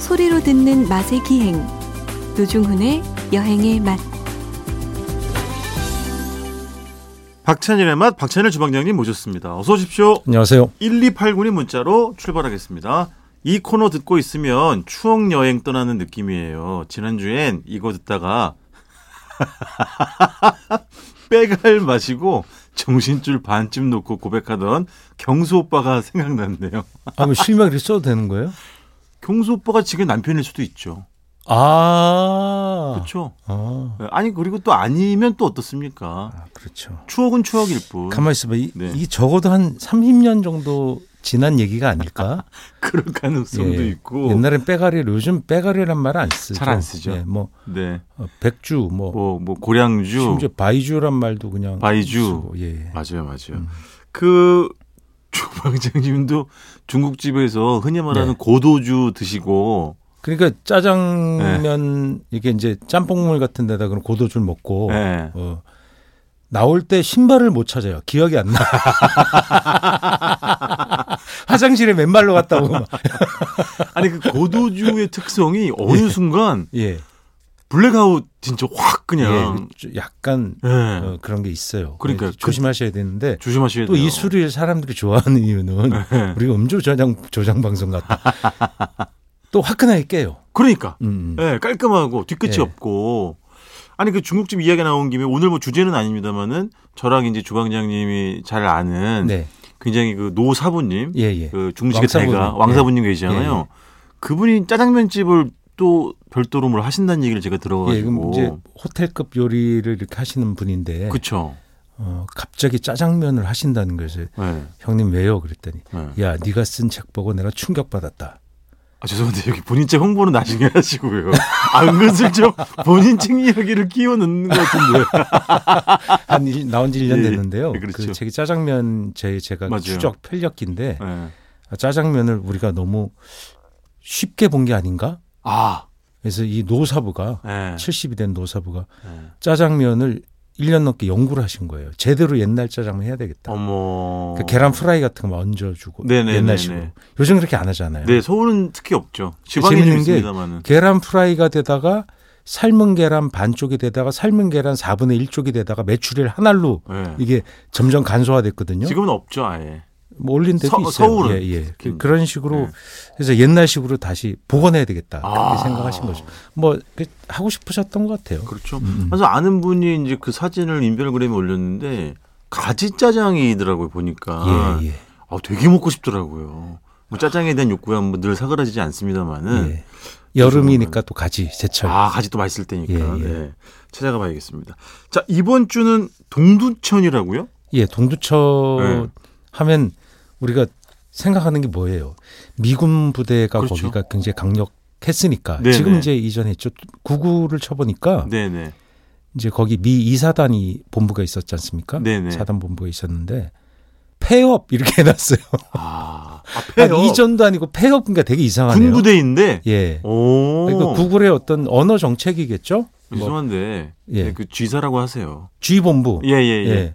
소리로 듣는 맛의 기행 노중훈의 여행의 맛 박찬일의 맛 박찬일 주방장님 모셨습니다. 어서 오십시오. 안녕하세요. 1289님 문자로 출발하겠습니다. 이 코너 듣고 있으면 추억 여행 떠나는 느낌이에요. 지난주엔 이거 듣다가 빼갈 마시고 정신줄 반쯤 놓고 고백하던 경수 오빠가 생각났네요. 아, 뭐 실명 이렇게 써도 되는 거예요? 경수 오빠가 지금 남편일 수도 있죠. 아. 그렇죠. 아, 아니 그리고 또 아니면 또 어떻습니까? 아, 그렇죠. 추억은 추억일 뿐. 가만히 있어봐. 이, 네. 이 적어도 한 30년 정도 지난 얘기가 아닐까? 그럴 가능성도 예. 있고. 옛날엔 빼가리를, 요즘 빼가리란 말 안 쓰죠. 잘안 쓰죠. 예, 뭐, 네. 어, 백주, 뭐, 뭐, 뭐 고량주. 심지어 바이주란 말도 그냥. 바이주. 쓰고, 예. 맞아요, 맞아요. 그 주방장님도 중국집에서 흔히 말하는 네. 고도주 드시고, 그러니까 짜장면, 네. 이게 이제 짬뽕물 같은 데다 그런 고도줄 먹고, 예. 어, 나올 때 신발을 못 찾아요. 기억이 안 나. 화장실에 맨발로 갔다고. 막. 아니 그 고도주의 특성이 어느 순간 예. 블랙아웃 진짜 확 그냥 예, 좀 약간 예. 어, 그런 게 있어요. 그러니까요. 예, 조심하셔야 되는데 조심하셔야 돼요. 또 이 술을 사람들이 좋아하는 이유는 예. 우리가 음주 저장 조장 방송 같다. 또 화끈하게 깨요. 그러니까 음. 예, 깔끔하고 뒤끝이 예. 없고. 아니 그 중국집 이야기 나온 김에 오늘 뭐 주제는 아닙니다만은 저랑 이제 주방장님이 잘 아는 네. 굉장히 그 노사부님 예, 예. 예. 그 중식의 왕사부님. 대가 왕사부님 계시잖아요. 예, 예. 그분이 짜장면 집을 또 별도로 뭘 하신다는 얘기를 제가 예, 그럼 들어가지고 이제 예. 호텔급 요리를 이렇게 하시는 분인데 그쵸. 어, 갑자기 짜장면을 하신다는 거죠. 네. 형님. 형님 왜요? 그랬더니 네. 야, 네가 쓴 책 보고 내가 충격받았다. 아, 죄송한데 여기 본인 책 홍보는 나중에 하시고요. 아, 은근슬쩍 본인 책 이야기를 끼워 넣는 것 같은데. 한 일- 나온 지 1년 예, 예. 됐는데요. 예, 그렇죠. 그 책이 짜장면 제 제가 맞아요. 추적 편력기인데 아, 네. 짜장면을 우리가 너무 쉽게 본 게 아닌가? 아, 그래서 이 노사부가 네. 70이 된 노사부가 네. 짜장면을 1년 넘게 연구를 하신 거예요. 제대로 옛날 짜장면 해야 되겠다. 어머. 그러니까 계란 프라이 같은 거 얹어주고 네네네네. 옛날식으로. 요즘 그렇게 안 하잖아요. 네, 서울은 특히 없죠. 지방이 좀 재밌는 게 있습니다만은. 계란 프라이가 되다가 삶은 계란 반쪽이 되다가 삶은 계란 4분의 1쪽이 되다가 메추리알 한 알로 네. 예. 이게 점점 간소화됐거든요. 지금은 없죠, 아예. 뭐 올린 데도 서- 있어요. 서울은 예, 예. 특히. 그런 식으로 네. 그래서 옛날식으로 다시 복원해야 되겠다 아. 그렇게 생각하신 거죠. 뭐 그, 하고 싶으셨던 것 같아요. 그렇죠. 음. 그래서 아는 분이 이제 그 사진을 인별그램에 올렸는데 가지 짜장이더라고요 보니까. 예, 예. 아 되게 먹고 싶더라고요. 뭐 짜장에 대한 욕구야 뭐늘 사그라지지 않습니다만은. 예. 여름이니까 또 가지 제철. 아 가지 또 맛있을 때니까. 예, 예. 네. 찾아가 봐야겠습니다. 자 이번 주는 동두천이라고요? 예, 동두천 예. 하면 우리가 생각하는 게 뭐예요? 미군 부대가 그렇죠. 거기가 굉장히 강력했으니까 네네. 지금 이제 이전했죠. 구구를 쳐보니까 네네. 이제 거기 미 이사단이 본부가 있었지 않습니까? 네네. 사단 본부가 있었는데 폐업 이렇게 해놨어요. 아, 아 아니, 폐업. 이전도 아니고 폐업 그러니까 되게 이상하네요. 군부대인데. 예. 오. 그러니까 구글의 어떤 언어 정책이겠죠? 뭐 죄송한데 예. 네, 그 G사라고 하세요. G 본부. 예예 예. 예.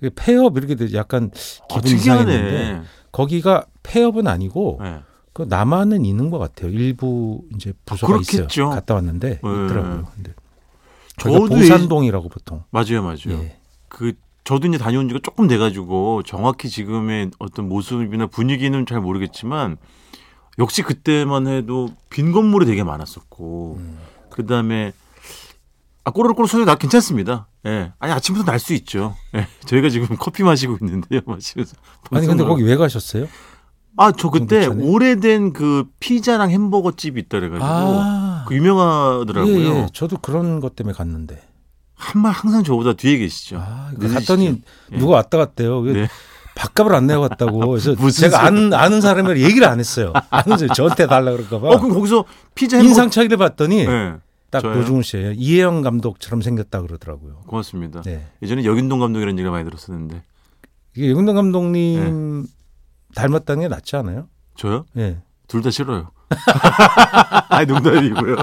이게 폐업 이렇게 돼 약간 아, 기분 이상했는데 특이하네. 거기가 폐업은 아니고 네. 그 남한은 있는 것 같아요. 일부 이제 부서가 그렇겠죠. 네. 있어요. 갔다 왔는데 있더라고요. 근데 저희가 저도 보산동이라고 보통. 맞아요 맞아요. 예. 그 저도 이제 다녀온 지가 조금 돼가지고 정확히 지금의 어떤 모습이나 분위기는 잘 모르겠지만 역시 그때만 해도 빈 건물이 되게 많았었고 음. 그 다음에 아 꼬르륵꼬르륵 소리 나 괜찮습니다. 예, 아니 아침부터 날 수 있죠. 예, 저희가 지금 커피 마시고 있는데요, 마시면서. 아니 근데 거기 왜 가셨어요? 아저 그때 괜찮아요. 오래된 그 피자랑 햄버거 집이 있다 그래가지고 아. 그 유명하더라고요. 예, 예. 저도 그런 것 때문에 갔는데. 한 말 항상 저보다 뒤에 계시죠. 아, 늦으시죠? 갔더니 예. 누가 왔다 갔대요. 그 네. 밥값을 안 내고 갔다고. 그래서 무슨 제가 아는, 아는 사람을 얘기를 안 했어요. 아는 사람 저한테 달라 그럴까 봐. 어 그럼 거기서 피자 햄버거 인상 차이를 봤더니 예. 딱그 저요? 노중훈 씨예요. 이혜영 감독처럼 생겼다 그러더라고요. 고맙습니다. 네. 예전에 여긴동 감독이라는 얘기를 많이 들었었는데 이게 영동 네. 감독님 닮았다는 게 낫지 않아요? 저요? 예. 둘 다 싫어요. 아니 농담이고요.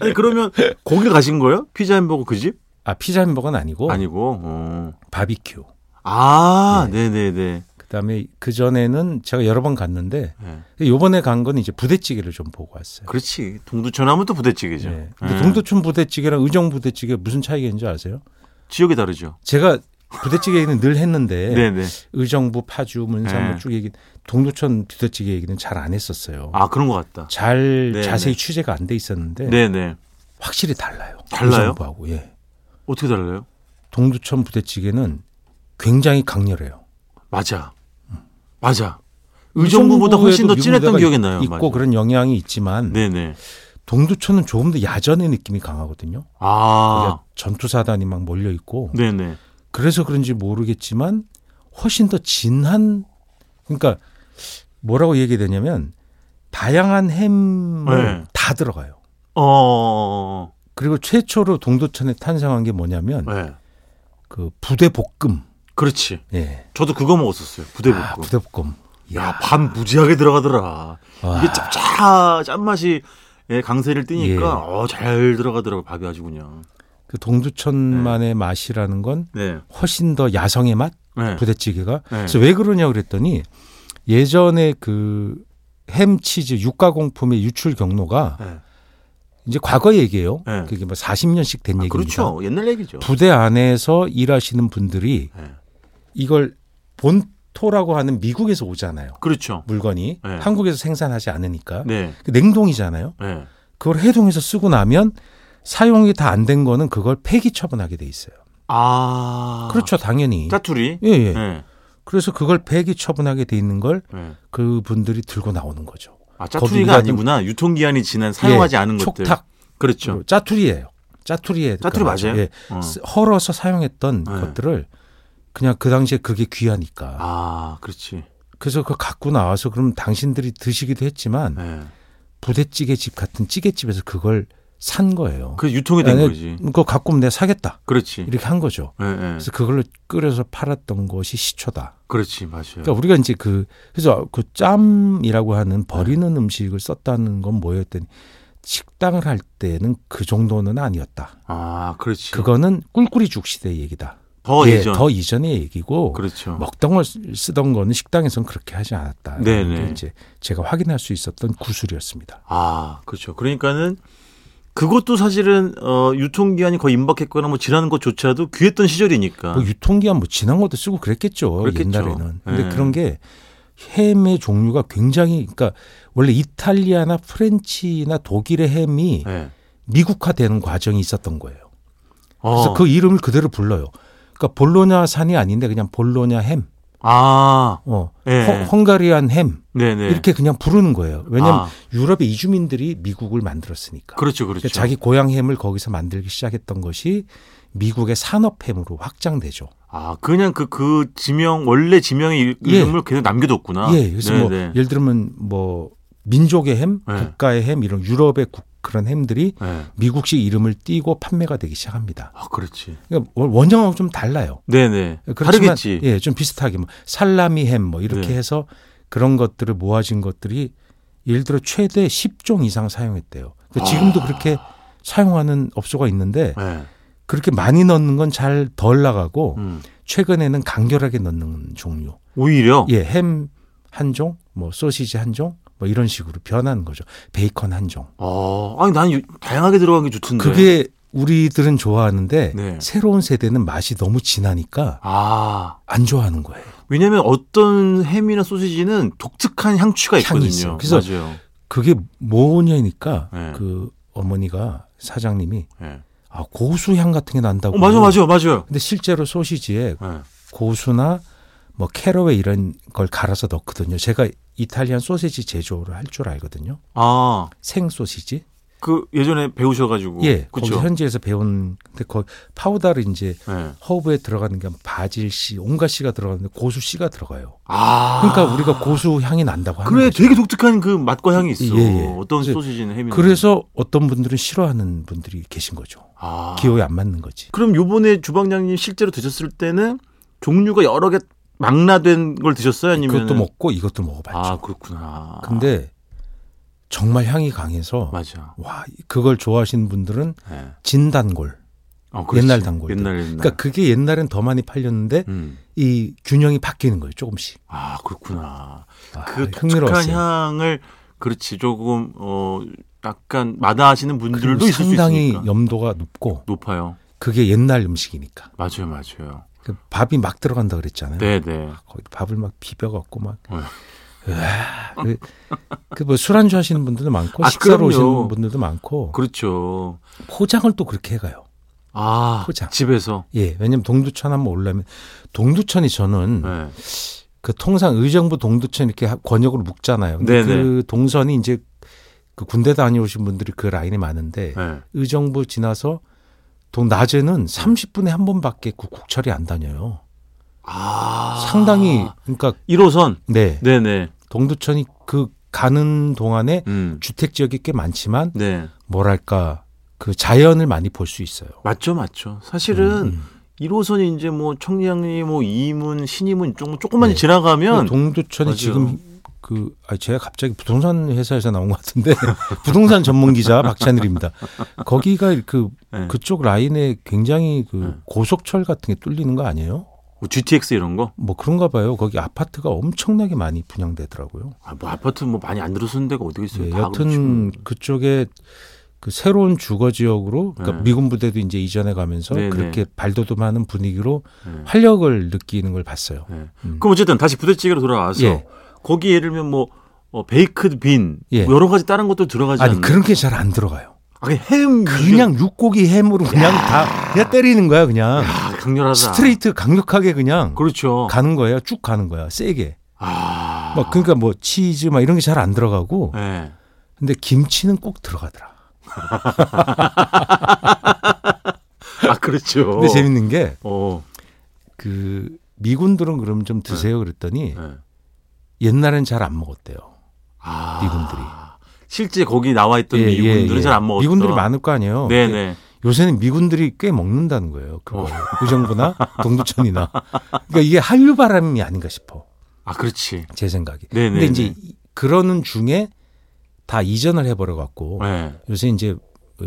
아니 그러면 거기 가신 거예요? 피자 햄버거 그 집? 아 피자 햄버거는 아니고 아니고. 어. 바비큐. 아, 네, 네, 네. 그다음에 그 전에는 제가 여러 번 갔는데 예. 요번에 간 건 이제 부대찌개를 좀 보고 왔어요. 그렇지. 동두천 하면 또 부대찌개죠. 예. 근데 예. 동두천 부대찌개랑 의정 부대찌개 무슨 차이가 있는지 아세요? 지역이 다르죠. 제가 부대찌개 얘기는 늘 했는데 네, 네. 의정부, 파주, 문산부 뭐 네. 쭉 얘기 동두천 부대찌개 얘기는 잘 안 했었어요. 아, 그런 것 같다. 잘 네, 자세히 네. 취재가 안 돼 있었는데 네, 네. 확실히 달라요. 달라요? 의정부하고 예. 어떻게 달라요? 동두천 부대찌개는 굉장히 강렬해요. 맞아. 맞아. 의정부보다 훨씬 더 의정부에도 진했던 유구대가 기억이 나요. 있고 맞아. 그런 영향이 있지만 네, 네. 동두천은 조금 더 야전의 느낌이 강하거든요. 아. 그러니까 전투사단이 막 몰려 있고 네, 네. 그래서 그런지 모르겠지만 훨씬 더 진한 그러니까 뭐라고 얘기해야 되냐면 다양한 햄을 네. 다 들어가요. 어. 그리고 최초로 동두천에 탄생한 게 뭐냐면 네. 그 부대 볶음. 그렇지. 예. 저도 그거 먹었었어요. 부대볶음. 아, 부대 볶음. 야, 밥 무지하게 들어가더라. 와. 이게 짭짤 짠맛이 예, 강세를 띠니까 예. 어, 잘 들어가더라고 밥이 아주 그냥. 그 동두천만의 맛이라는 건 네. 훨씬 더 야성의 맛 네. 부대찌개가. 그래서 네. 왜 그러냐 그랬더니 예전에 그 햄치즈 육가공품의 유출 경로가 네. 이제 과거 얘기예요. 네. 그게 뭐 40년씩 된 아, 얘기입니다. 그렇죠. 옛날 얘기죠. 부대 안에서 일하시는 분들이 네. 이걸 본토라고 하는 미국에서 오잖아요. 그렇죠. 물건이 네. 한국에서 생산하지 않으니까 네. 그 냉동이잖아요. 네. 그걸 해동해서 쓰고 나면 사용이 다 안 된 거는 그걸 폐기 처분하게 돼 있어요. 아. 그렇죠, 당연히. 짜투리. 예, 예. 네. 그래서 그걸 폐기 처분하게 돼 있는 걸 네. 그분들이 들고 나오는 거죠. 아, 거기가 짜투리가 좀- 아니구나. 유통기한이 지난 사용하지 예, 않은 것들. 촉탁, 그렇죠. 짜투리예요. 짜투리에 짜투리 맞아요? 예. 어. 쓰- 헐어서 사용했던 네. 것들을 그냥 그 당시에 그게 귀하니까. 아, 그렇지. 그래서 그걸 갖고 나와서 그럼 당신들이 드시기도 했지만 네. 부대찌개 집 같은 찌개집에서 그걸 산 거예요. 그 유통이 된 아니, 네. 거지. 그거 갖고 오면 내가 사겠다. 그렇지. 이렇게 한 거죠. 예, 예. 그래서 그걸로 끓여서 팔았던 것이 시초다. 그렇지. 맞아요. 그러니까 우리가 이제 그 그래서 그 짬이라고 하는 버리는 음식을 썼다는 건 뭐였더니 식당을 할 때는 그 정도는 아니었다. 아, 그렇지. 그거는 꿀꿀이죽 시대의 얘기다. 더 예, 예전. 더 이전의 얘기고 그렇죠. 먹던 걸 쓰- 쓰던 거는 식당에선 그렇게 하지 않았다. 네네. 이게 이제 제가 확인할 수 있었던 구술이었습니다. 아, 그렇죠. 그러니까는 그것도 사실은 어, 유통기한이 거의 임박했거나 뭐 지나는 것조차도 귀했던 시절이니까. 뭐 유통기한 뭐 지난 것도 쓰고 그랬겠죠. 아. 그렇겠죠. 옛날에는. 근데 예. 그런 게 햄의 종류가 굉장히 그러니까 원래 이탈리아나 프렌치나 독일의 햄이 네. 미국화되는 과정이 있었던 거예요. 그래서 어. 그 이름을 그대로 불러요. 그러니까 볼로냐산이 아닌데 그냥 볼로냐 햄, 아, 어, 예. 허- 헝가리안 햄 네네. 이렇게 그냥 부르는 거예요. 왜냐하면 아. 유럽의 이주민들이 미국을 만들었으니까. 그렇죠, 그렇죠. 그러니까 자기 고향 햄을 거기서 만들기 시작했던 것이 미국의 산업 햄으로 확장되죠. 아, 그냥 그, 그 지명, 원래 지명의 일- 예. 이름을 계속 남겨뒀구나. 예, 그래서 뭐 아, 네네. 예를 들면 뭐 민족의 햄, 네. 국가의 햄 이런 유럽의 국- 그런 햄들이 네. 미국식 이름을 띄고 판매가 되기 시작합니다. 아, 그렇지. 그러니까 원- 원형하고 좀 달라요. 네네. 그렇지만, 다르겠지. 예, 좀 비슷하게 뭐 살라미 햄 뭐 이렇게 네. 해서 그런 것들을 모아진 것들이 예를 들어 최대 10종 이상 사용했대요. 그러니까 지금도 아. 그렇게 사용하는 업소가 있는데 네. 그렇게 많이 넣는 건 잘 덜 나가고 음. 최근에는 강렬하게 넣는 종류. 어. 오히려. 예, 햄 한 종, 뭐 소시지 한 종, 뭐 이런 식으로 변하는 거죠. 베이컨 한 종. 어, 아니, 난 유- 다양하게 들어간 게 좋던데. 그게 우리들은 좋아하는데 네. 새로운 세대는 맛이 너무 진하니까 아, 안 좋아하는 거예요. 왜냐면 어떤 햄이나 소시지는 독특한 향취가 향이 있거든요. 있어요. 그래서- 맞아요. 그게 뭐냐니까 네. 그 어머니가 사장님이 예. 아 고수향 같은 게 난다고. 어, 맞아, 맞아, 맞아요. 근데 실제로 소시지에 예. 고수나 뭐 캐러웨이 이런 걸 갈아서 넣거든요. 제가 이탈리안 소시지 제조를 할 줄 알거든요. 아, 생 소시지. 그 예전에 배우셔가지고. 예, 거기 뭐. 그쵸. 현지에서 배운 근데 거 파우더를 이제 예. 허브에 들어가는 게 바질 씨, 온갖 씨가 들어가는데 고수 씨가 들어가요. 아. 그러니까 우리가 고수 향이 난다고 하는 그래, 거죠. 되게 독특한 그 맛과 향이 있어. 예, 예. 어떤 그래서- 소시지는 햄이. 그래서 어떤 분들은 싫어하는 분들이 계신 거죠. 아. 기호에 안 맞는 거지. 그럼 요번에 주방장님 실제로 드셨을 때는 종류가 여러 개 망라된 걸 드셨어요? 아니면. 그것도 먹고 이것도 먹어봤죠. 아, 그렇구나. 근데 정말 향이 강해서 맞아. 와 그걸 좋아하시는 분들은 예. 진단골 어, 그렇지. 옛날 단골들. 옛날 옛날. 그러니까 그게 옛날엔 더 많이 팔렸는데 네. 음. 이 균형이 바뀌는 거예요, 조금씩. 아 그렇구나. 아, 그 독특한 흥미로웠어요. 향을 그렇지 조금 어 약간 마다하시는 분들도 그리고 있을 수 상당히 있으니까 염도가 높고 높아요. 그게 옛날 음식이니까. 맞아요, 맞아요. 그 밥이 막 들어간다 그랬잖아요. 네, 네. 거기 밥을 막 비벼갖고 막. 그, 네. 그뭐 술안주 하시는 분들도 많고 아, 식사로 그럼요. 오시는 분들도 많고 그렇죠. 포장을 또 그렇게 해가요. 아 포장. 집에서. 예, 왜냐면 동두천 한번 올라면 동두천이 저는 네. 그 통상 의정부 동두천 이렇게 하- 권역으로 묶잖아요. 근데 네네. 그 동선이 이제 그 군대 다녀오신 분들이 그 라인이 많은데 네. 의정부 지나서 동 낮에는 30분에 한 번밖에 그 국철이 안 다녀요. 아 상당히 그러니까 1호선. 네 네, 네. 동두천이 그 가는 동안에 음. 주택 지역이 꽤 많지만 네. 뭐랄까 그 자연을 많이 볼 수 있어요. 맞죠, 맞죠. 사실은 음. 1호선이 이제 뭐 청량리, 뭐 이문, 신이문 조금 조금만 네. 지나가면 동두천이 맞아요. 지금 그 아, 제가 갑자기 부동산 회사에서 나온 것 같은데 부동산 전문 기자 박찬일입니다. 거기가 그 네. 그쪽 라인에 굉장히 그 네. 고속철 같은 게 뚫리는 거 아니에요? 뭐 GTX 이런 거. 뭐 그런가 봐요. 거기 아파트가 엄청나게 많이 분양되더라고요. 아, 뭐 아파트 뭐 많이 안 들어서는 데가 어디 있어요? 예, 다 그렇죠. 그렇지만. 여튼 그쪽에 그 새로운 주거 지역으로 그러니까 네. 미군 부대도 이제 이전해 가면서 네, 그렇게 발돋움하는 분위기로 네. 활력을 느끼는 걸 봤어요. 네. 음. 그럼 어쨌든 다시 부대찌개로 돌아와서 예. 거기 예를 들면 뭐 어, 베이크드 빈 예. 뭐 여러 가지 다른 것도 들어가지 아니 않나요? 그런 게 잘 안 들어가요. 아, 그냥 햄 그냥 육고기 햄으로 그냥 다 그냥 때리는 거야 그냥 아, 강렬하다. 스트레이트 강력하게 그냥 그렇죠. 가는 거예요. 쭉 가는 거야 세게. 아. 막그 그러니까 뭐 치즈 막 이런 게 잘 안 들어가고 예. 근데 김치는 꼭 들어가더라. 아, 그렇죠. 근데 재밌는 어. 게 그 미군들은 그럼 좀 드세요 그랬더니 예. 옛날엔 잘 안 먹었대요. 아. 미군들이. 실제 거기 나와 있던 예, 예, 미군들은 예. 잘 안 먹었던 미군들이 많을 거 아니에요. 네, 근데 네. 요새는 미군들이 꽤 먹는다는 거예요. 그거 어. 의정부나 동두천이나. 그러니까 이게 한류 바람이 아닌가 싶어. 아, 그렇지. 제 생각이. 네, 네, 근데 이제 그러는 중에 다 이전을 해버려 갖고 네. 요새 이제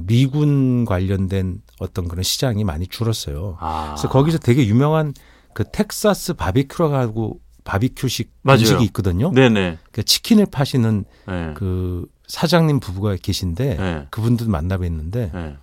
미군 관련된 어떤 그런 시장이 많이 줄었어요. 아. 그래서 거기서 되게 유명한 그 텍사스 바비큐라고 바비큐식 맞아요. 음식이 있거든요. 네, 네. 그 치킨을 파시는 네. 그 사장님 부부가 계신데 네. 그분들 만나뵀는데 네.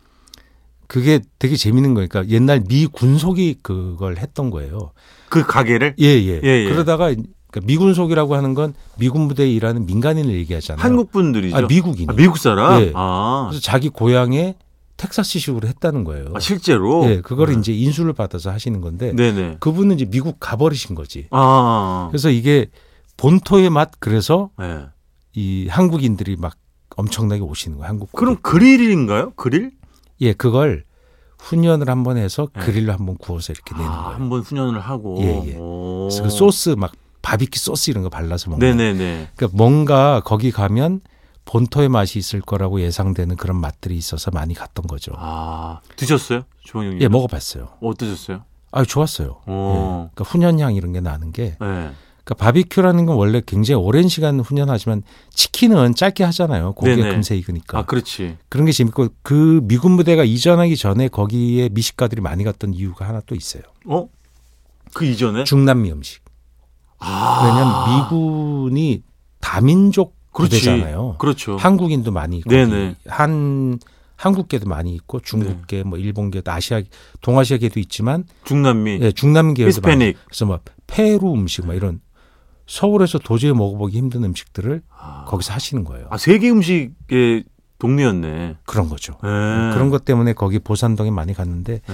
그게 되게 재밌는 거니까 옛날 미 군속이 그걸 했던 거예요. 그 가게를 예, 예. 예, 예. 그러다가 그러니까 미 군속이라고 하는 건 미군 부대에 일하는 민간인을 얘기하잖아요. 한국 분들이죠. 아, 미국인. 아, 미국 사람? 예. 아, 그래서 자기 고향에 텍사스식으로 했다는 거예요. 아, 실제로? 네. 예, 그거를 이제 인수를 받아서 하시는 건데 네네. 그분은 이제 미국 가버리신 거지. 아, 그래서 이게 본토의 맛 그래서 예. 이 한국인들이 막 엄청나게 오시는 거예요. 한국. 그럼 그릴인가요? 그릴? 예, 그걸 훈연을 한번 해서 예. 그릴로 한번 구워서 이렇게 내는 아, 거예요. 한번 훈연을 하고. 예, 예. 오. 그래서 그 소스 막 바비큐 소스 이런 거 발라서 먹는. 네네네. 그러니까 뭔가 거기 가면 본토의 맛이 있을 거라고 예상되는 그런 맛들이 있어서 많이 갔던 거죠. 아, 드셨어요? 주방장님. 예, 먹어봤어요. 어떠셨어요? 아, 좋았어요. 예. 오. 그러니까 훈연향 이런 게 나는 게. 예. 그러니까 바비큐라는 건 원래 굉장히 오랜 시간 훈연하지만 치킨은 짧게 하잖아요. 고기가 네네. 금세 익으니까. 아, 그렇지. 그런 게 재밌고 그 미군 부대가 이전하기 전에 거기에 미식가들이 많이 갔던 이유가 하나 또 있어요. 어? 그 이전에? 중남미 음식. 아. 왜냐하면 미군이 다민족 그렇지. 부대잖아요. 그렇죠. 한국인도 많이 있고 네네. 한 한국계도 많이 있고 중국계, 네. 뭐 일본계, 아시아, 동아시아계도 있지만 중남미. 예, 중남계에도 많이. 히스패닉. 그래서 막 페루 음식 막 이런 서울에서 도저히 먹어보기 힘든 음식들을 아, 거기서 하시는 거예요. 아, 세계 음식의 동네였네. 그런 거죠. 예. 그런 것 때문에 거기 보산동에 많이 갔는데 예.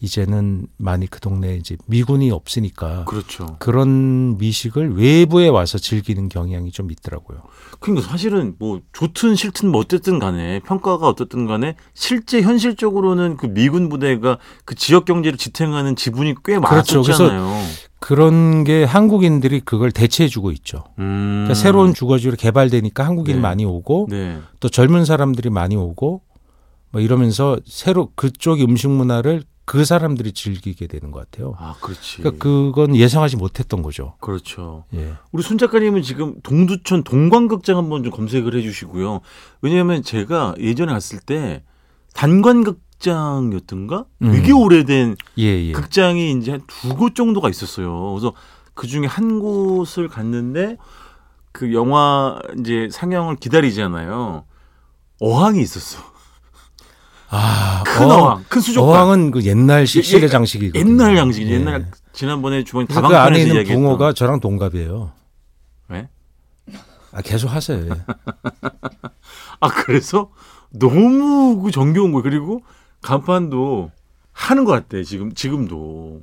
이제는 많이 그 동네에 이제 미군이 없으니까 그렇죠. 그런 미식을 외부에 와서 즐기는 경향이 좀 있더라고요. 그러니까 사실은 뭐 좋든 싫든 뭐 어쨌든 간에 평가가 어떻든 간에 실제 현실적으로는 그 미군 부대가 그 지역 경제를 지탱하는 지분이 꽤 그렇죠. 그래서 많았잖아요. 그런 게 한국인들이 그걸 대체해주고 있죠. 음. 그러니까 새로운 주거지로 개발되니까 한국인 네. 많이 오고 네. 또 젊은 사람들이 많이 오고 뭐 이러면서 새로 그쪽 음식 문화를 그 사람들이 즐기게 되는 것 같아요. 아, 그렇지. 그러니까 그건 예상하지 못했던 거죠. 그... 렇죠 예. 우리 순 작가님은 지금 동두천 동관극장 한번 좀 검색을 해 주시고요. 왜냐하면 제가 예전에 갔을 때 단관극 극장이었던가 음. 되게 오래된 예, 예. 그 극장이 이제 한 두 곳 정도가 있었어요. 그래서 그 중에 한 곳을 갔는데 그 영화 이제 상영을 기다리잖아요. 어항이 있었어. 아, 큰 어항. 어항, 큰 수족관. 어항은 그 옛날식 예, 시대 예, 장식이고. 옛날 양식, 옛날 지난번에 주방 그 안에 다방편에서 있는 이야기했던. 붕어가 저랑 동갑이에요. 네? 아, 계속 하세요. 예. 아 그래서 너무 그 정겨운 거예요. 그리고 간판도 하는 것 같대 지금 지금도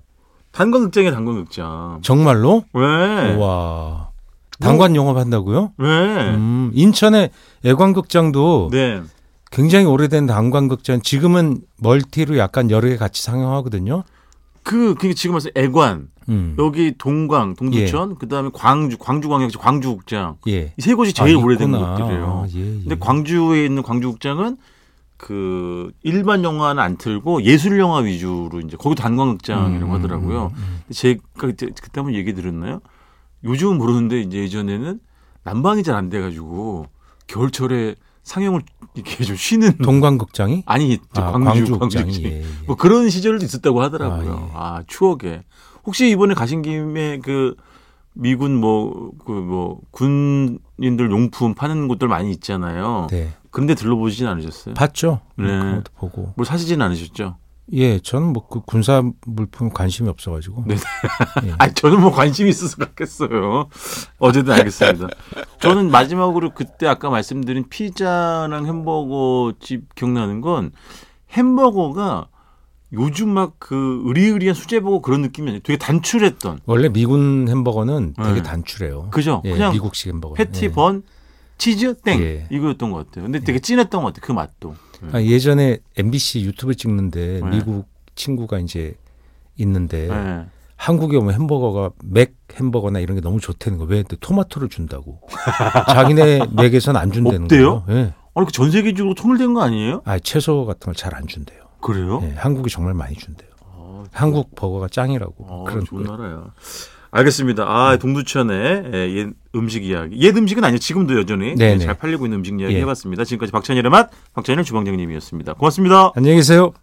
단광극장이야 단광극장. 정말로? 왜? 와. 당관 영업한다고요? 왜? 음, 인천의 애관극장도 네. 굉장히 오래된 당관극장 지금은 멀티로 약간 여러 개 같이 상영하거든요. 그, 그 지금 와서 애관 음. 여기 동광 동두천 그다음에 광주 광주광역시 광주국장 예. 이 세 곳이 제일 아, 오래된 있구나. 곳들이에요. 아, 예, 예. 근데 광주에 있는 광주국장은 그 일반 영화는 안 틀고 예술 영화 위주로 이제 거기 단광극장이라고 음, 하더라고요. 음, 음. 제가 그때, 그때 한번 얘기 들었나요? 요즘은 모르는데 이제 예전에는 난방이 잘 안 돼가지고 겨울철에 상영을 이렇게 좀 쉬는 동관극장이? 아니 아, 광주 광주극장이. 광주지 예, 예. 뭐 그런 시절도 있었다고 하더라고요. 아, 아, 추억에 혹시 이번에 가신 김에 그 미군 뭐 그 뭐 군인들 용품 파는 곳들 많이 있잖아요. 네. 그런데 들러보시진 않으셨어요? 봤죠. 네. 그것도 보고. 뭘 사시진 않으셨죠? 예, 저는 뭐 그 군사 물품 관심이 없어가지고. 네. 예. 아니 저는 뭐 관심이 있어서 갔겠어요. 어쨌든 알겠습니다. 저는 마지막으로 그때 아까 말씀드린 피자랑 햄버거 집 기억나는 건 햄버거가 요즘 막 그 의리의리한 수제버거 그런 느낌이 아니에요. 되게 단출했던 원래 미군 햄버거는 네. 되게 단출해요. 그죠? 예, 그냥 미국식 햄버거. 패티 예. 번 치즈 땡 예. 네. 이거였던 것 같아요. 근데 되게 진했던 것 같아요. 그 맛도. 예. 아, 예전에 MBC 유튜브 찍는데 네. 미국 친구가 이제 있는데 예. 한국에 오면 햄버거가 맥 햄버거나 이런 게 너무 좋다는 거. 왜? 근데 토마토를 준다고. 자기네 맥에선 안 준다는 없대요? 거예요. 예. 아니 그 전 세계적으로 통일된 거 아니에요? 아, 채소 같은 걸 잘 안 준대요. 그래요? 예, 한국이 정말 많이 준대요. 아, 한국 버거가 짱이라고. 어, 뭐 그런 네. 좋은 나라야. 알겠습니다. 아 동두천의 예, 옛 음식 이야기. 옛 음식은 아니요. 지금도 여전히 예, 네네. 잘 팔리고 있는 음식 이야기 예. 해봤습니다. 지금까지 박찬일의 맛, 박찬일 주방장님이었습니다. 고맙습니다. 안녕히 계세요.